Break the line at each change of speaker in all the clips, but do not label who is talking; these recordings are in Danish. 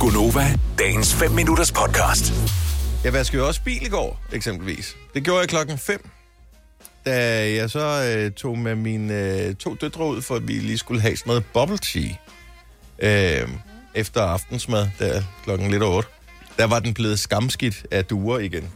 Gunova, dagens 5 minutters podcast.
Jeg vaskede jo også bil i går, eksempelvis. Det gjorde jeg klokken 5, da jeg så øh, tog med mine øh, to døtre ud, for at vi lige skulle have sådan noget bubble tea. Øh, efter aftensmad, der klokken lidt over 8. Der var den blevet skamskidt af duer igen.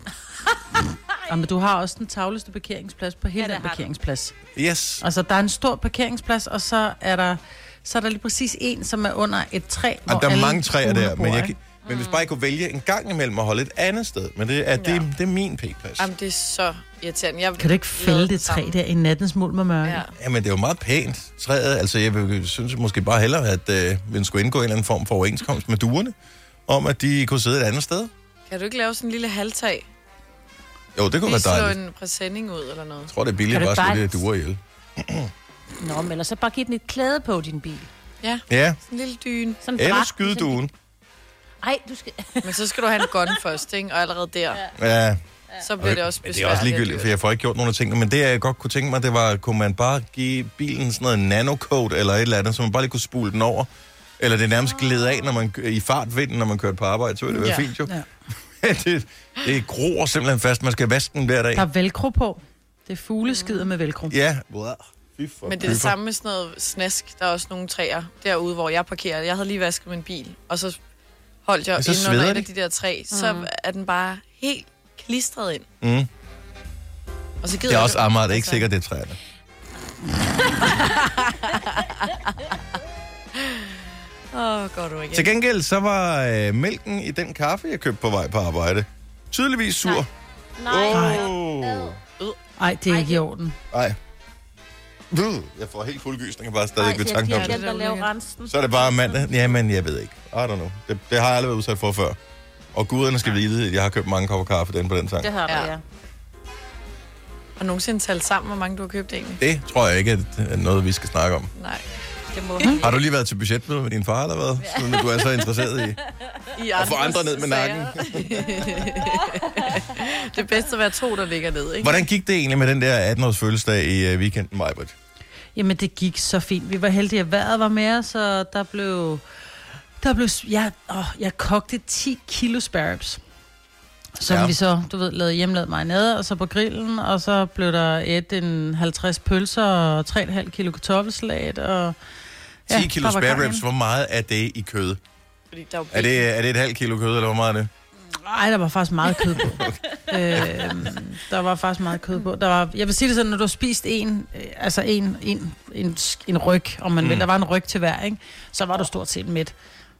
Jamen, du har også den tavleste parkeringsplads på hele
Ja,
ja,
det
den
har du.
parkeringsplads.
Yes.
Altså, der er en stor parkeringsplads, og så er der, så er der lige præcis en, som er under et træ, hvor
Og der er
alle
mange træer
fuglene
der,
bor,
men, jeg,
ikke?
kan- men hvis bare jeg kunne vælge en gang imellem at holde et andet sted. Men det er, det,
Ja.
det er min p-plads.
Jamen, det er så irriterende. Jeg
Kan du ikke fælde det træ der i nattens mulm og mørke?
Ja.
Ja.
Jamen, det er jo meget pænt træet. Altså, jeg vil- synes måske bare hellere, at øh, vi skulle indgå en eller anden form for overenskomst med duerne, om at de kunne sidde et andet sted.
Kan du ikke lave sådan en lille halvtag?
Jo, det kunne
Lige
være
slå
dejligt.
en præsending ud eller noget.
Jeg tror, det er
Kan
billigt
du
bare at slå
bare-
de der duer ihjel.
Nå, men ellers så bare giv den et klæde på din bil.
Ja,
Ja,
sådan en lille dyne.
Sådan en
eller
dragt,
skyde
sådan-
duen.
Ej, du skal...
Men så skal du have en gun først, ikke? Og allerede der, ja.
Ja,
så
og
bliver det også
men
besværligt.
det er også ligegyldigt, for jeg får ikke gjort nogen af tingene. Men det, jeg godt kunne tænke mig, det var, kunne man bare give bilen sådan noget nanocoat eller et eller andet, så man bare lige kunne spule den over. Eller det nærmest gled af når man, i fartvinden, når man kørte på arbejde. Så ville det være
Ja.
fint jo.
Ja.
det, det gror simpelthen fast. Man skal vaske den hver dag.
Der er velcro på. Det er fugleskider med velcro. Ja.
Ja.
Men det er det samme med sådan noget snask. Der er også nogle træer derude, hvor jeg parkerer. Jeg havde lige vasket min bil, og så holdt jeg
Og så
inde under
sveder
et af de
de.
der træ. Så er den bare helt klistret ind. Mm. Og så gider
Det er
jeg
også Amager, det er ikke
altså,
sikkert, det er træerne.
Åh, går du igen.
Til gengæld, så var øh, mælken i den kaffe, jeg købte på vej på arbejde, tydeligvis sur.
Nej.
Åh.
Ej, det er ikke i orden.
Ej. Buh, Jeg får helt fuldgysning bare stadig ved
jeg
tanken om
jeg
det.
glemte at lave rensen.
Så er det bare mandag. Jamen, jeg ved ikke. I don't know. Det, det har jeg aldrig været udsat for før. Og guderne skal vide, at jeg har købt mange kopper kaffe den på den tank.
Det har du,
Ja.
ja.
Har du nogensinde talt sammen, hvor mange du har købt egentlig?
Det tror jeg ikke er noget, vi skal snakke om.
Nej.
Det må
Har du lige været til budgetmøde med din far, eller hvad? Siden du er så interesseret i.
I
Og få andre ned med
sager.
nakken.
det er bedst at være to, der ligger ned, ikke?
Hvordan gik det egentlig med den der 18-års fødselsdag i øh, weekenden, Majbert?
Jamen, det gik så fint. Vi var heldige, at vejret var med os, og der blev... Der blev... s- Jeg, åh, jeg kogte 10 kilo sparrows. Som
Ja.
ja. vi så, du ved, lavede hjemmelavet marinade, og så på grillen, og så blev der et en 50 pølser og 3,5 kilo kartoffelsalat, og...
10 ja, kilo
der var gang
spare ribs,
i
hvor meget er det i kød?
Fordi der er, jo
Er
bacon.
det, er det et halvt kilo kød, eller hvor meget er det?
den. Ej, der var faktisk meget kød på. øhm, der var faktisk meget kød på. Der var, jeg vil sige det sådan, når du har spist en, øh, altså en, en, en, sk- en ryg, om man mm. vil, der var en ryg til hver, ikke? så var du stort set midt.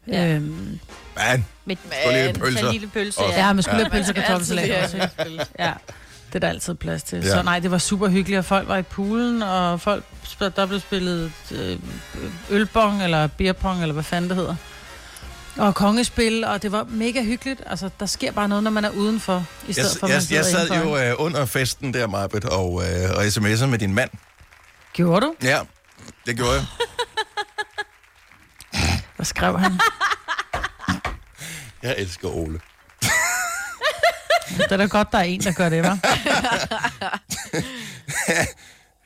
Ja. Øhm,
Man,
Med
få lige et
en
pølser.
lille pølse,
Og-
ja.
ja, man skulle
Ja.
ja. have pølser og
Man skal altså, altid
kartoffelsalat også.
lige
Ikke? Ja, det er der altid plads til.
Ja.
Ja. Så nej, det var super hyggeligt, og folk var i poolen, og folk sp- der blev spillet øh, ølbong, eller beerpong, eller hvad fanden det hedder. Og kongespil, og det var mega hyggeligt. Altså, der sker bare noget, når man er udenfor, i
jeg,
stedet for, at man
jeg,
sidder
jeg sad
indenfor.
jo øh, under festen der, Marbet, og, øh, og sms'er med din mand.
Gjorde du?
Ja, det gjorde jeg.
Hvad skrev han?
Jeg elsker Ole.
Det er da godt, der er en, der gør det, hva'?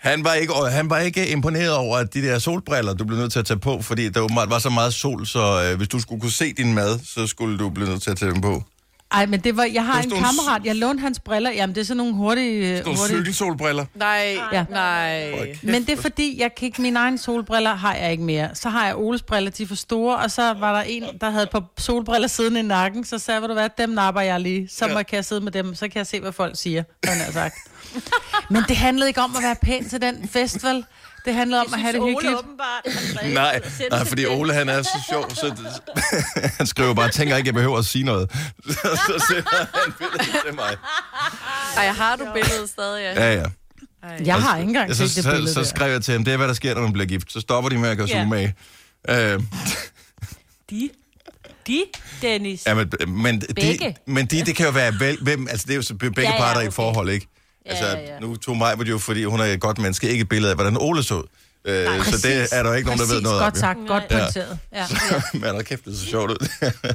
Han var, ikke, og han var ikke imponeret over at de der solbriller, du blev nødt til at tage på, fordi der åbenbart var så meget sol, så øh, hvis du skulle kunne se din mad, så skulle du blive nødt til at tage dem på.
Ej, men det var, jeg har
Der
en
stod en s-
kammerat, jeg lånte hans briller. Jamen, det er sådan nogle hurtige...
Nogle
hurtige
cykelsolbriller.
Nej,
Ja.
nej.
Men det er fordi, jeg kan ikke, mine egne solbriller har jeg ikke mere. Så har jeg Oles briller, de er for store, og så var der en, der havde et par solbriller siden i nakken, så sagde, jeg, ved du hvad, dem napper jeg lige, så må, kan jeg sidde med dem, så kan jeg se, hvad folk siger, hvad han har sagt. Men det handlede ikke om at være pæn til den fest, vel? Det handlede om at have det hyggeligt.
åbenbart.
Nej, nej, fordi Ole han er så sjov, så han skriver bare, tænker ikke, jeg behøver at sige noget. så så sender han billedet til mig.
Ej, har du billedet stadig? Ja.
Ja, ja.
Jeg har ikke
Ja,
engang
så,
set det
så,
billede
så
der.
skrev jeg til ham, det er, hvad der sker, når man bliver gift. Så stopper de med at gøre sig
Ja.
umage. Øh,
De, de, Dennis.
ja, men, men, de,
Begge.
men de, det kan jo være vel, hvem, altså det er jo så begge
Ja,
ja,
ja,
parter i
okay.
et forhold, ikke? Altså,
ja, ja.
nu tog mig jo, fordi hun er et godt menneske, ikke et billede af, hvordan Ole så. ud. Øh, så det
præcis.
er der jo ikke nogen, der ved
Præcis,
noget
godt
om.
sagt, godt
Ja.
pointeret. Ja.
jo. Men der kæft, det er så sjovt ud.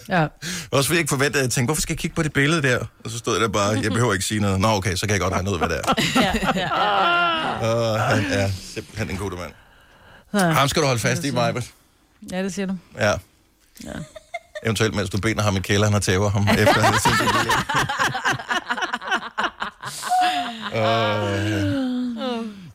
Ja.
Også fordi jeg ikke forventede, at jeg tænkte, hvorfor skal jeg kigge på det billede der? Og så stod jeg der bare, jeg behøver ikke sige noget. Nå okay, så kan jeg godt regne ud, hvad det er.
Ja, ja, ja.
Og han er simpelthen en god mand.
Ja.
Ham skal du holde fast i, Majbert.
ja, det siger du.
Ja. Eventuelt, mens du binder ham i kælderen og tæver ham efter. Han er sendt ud.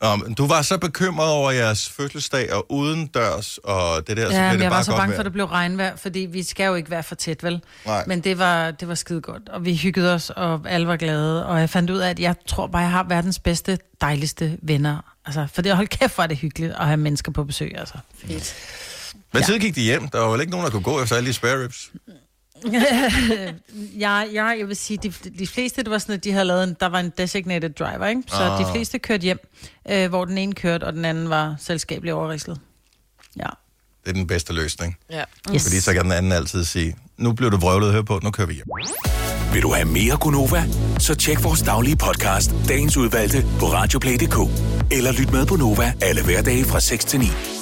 Nå, men du var så bekymret over jeres fødselsdag og udendørs, og det der, så blev
Ja, men
Altså, det
jeg
bare
var så
godt
bange for,
vejr.
at det blev regnvejr, fordi vi skal jo ikke være for tæt, vel?
Nej.
Men det var, det var skide godt, og vi hyggede os, og alle var glade, og jeg fandt ud af, at jeg tror bare, jeg har verdens bedste, dejligste venner. Altså, for det hold kæft, var det hyggeligt at have mennesker på besøg, altså.
Fedt.
Men tid gik de hjem. Der var vel ikke nogen, der kunne gå efter alle de spare ribs.
Jeg, jeg, jeg vil sige, de, de fleste, det var sådan, at de havde lavet en, der var en designated driver, ikke? Så
Ah.
ah. de fleste kørte hjem, øh, hvor den ene kørte, og den anden var selskabelig overrislet. Ja.
Det er den bedste løsning.
Ja.
Yes.
Fordi så kan den anden altid sige, nu blev du vrøvlet her på, nu kører vi hjem.
Vil du have mere Gunova? Så tjek vores daglige podcast, dagens udvalgte, på radioplay.dk. Eller lyt med på Nova alle hverdage fra 6 til 9.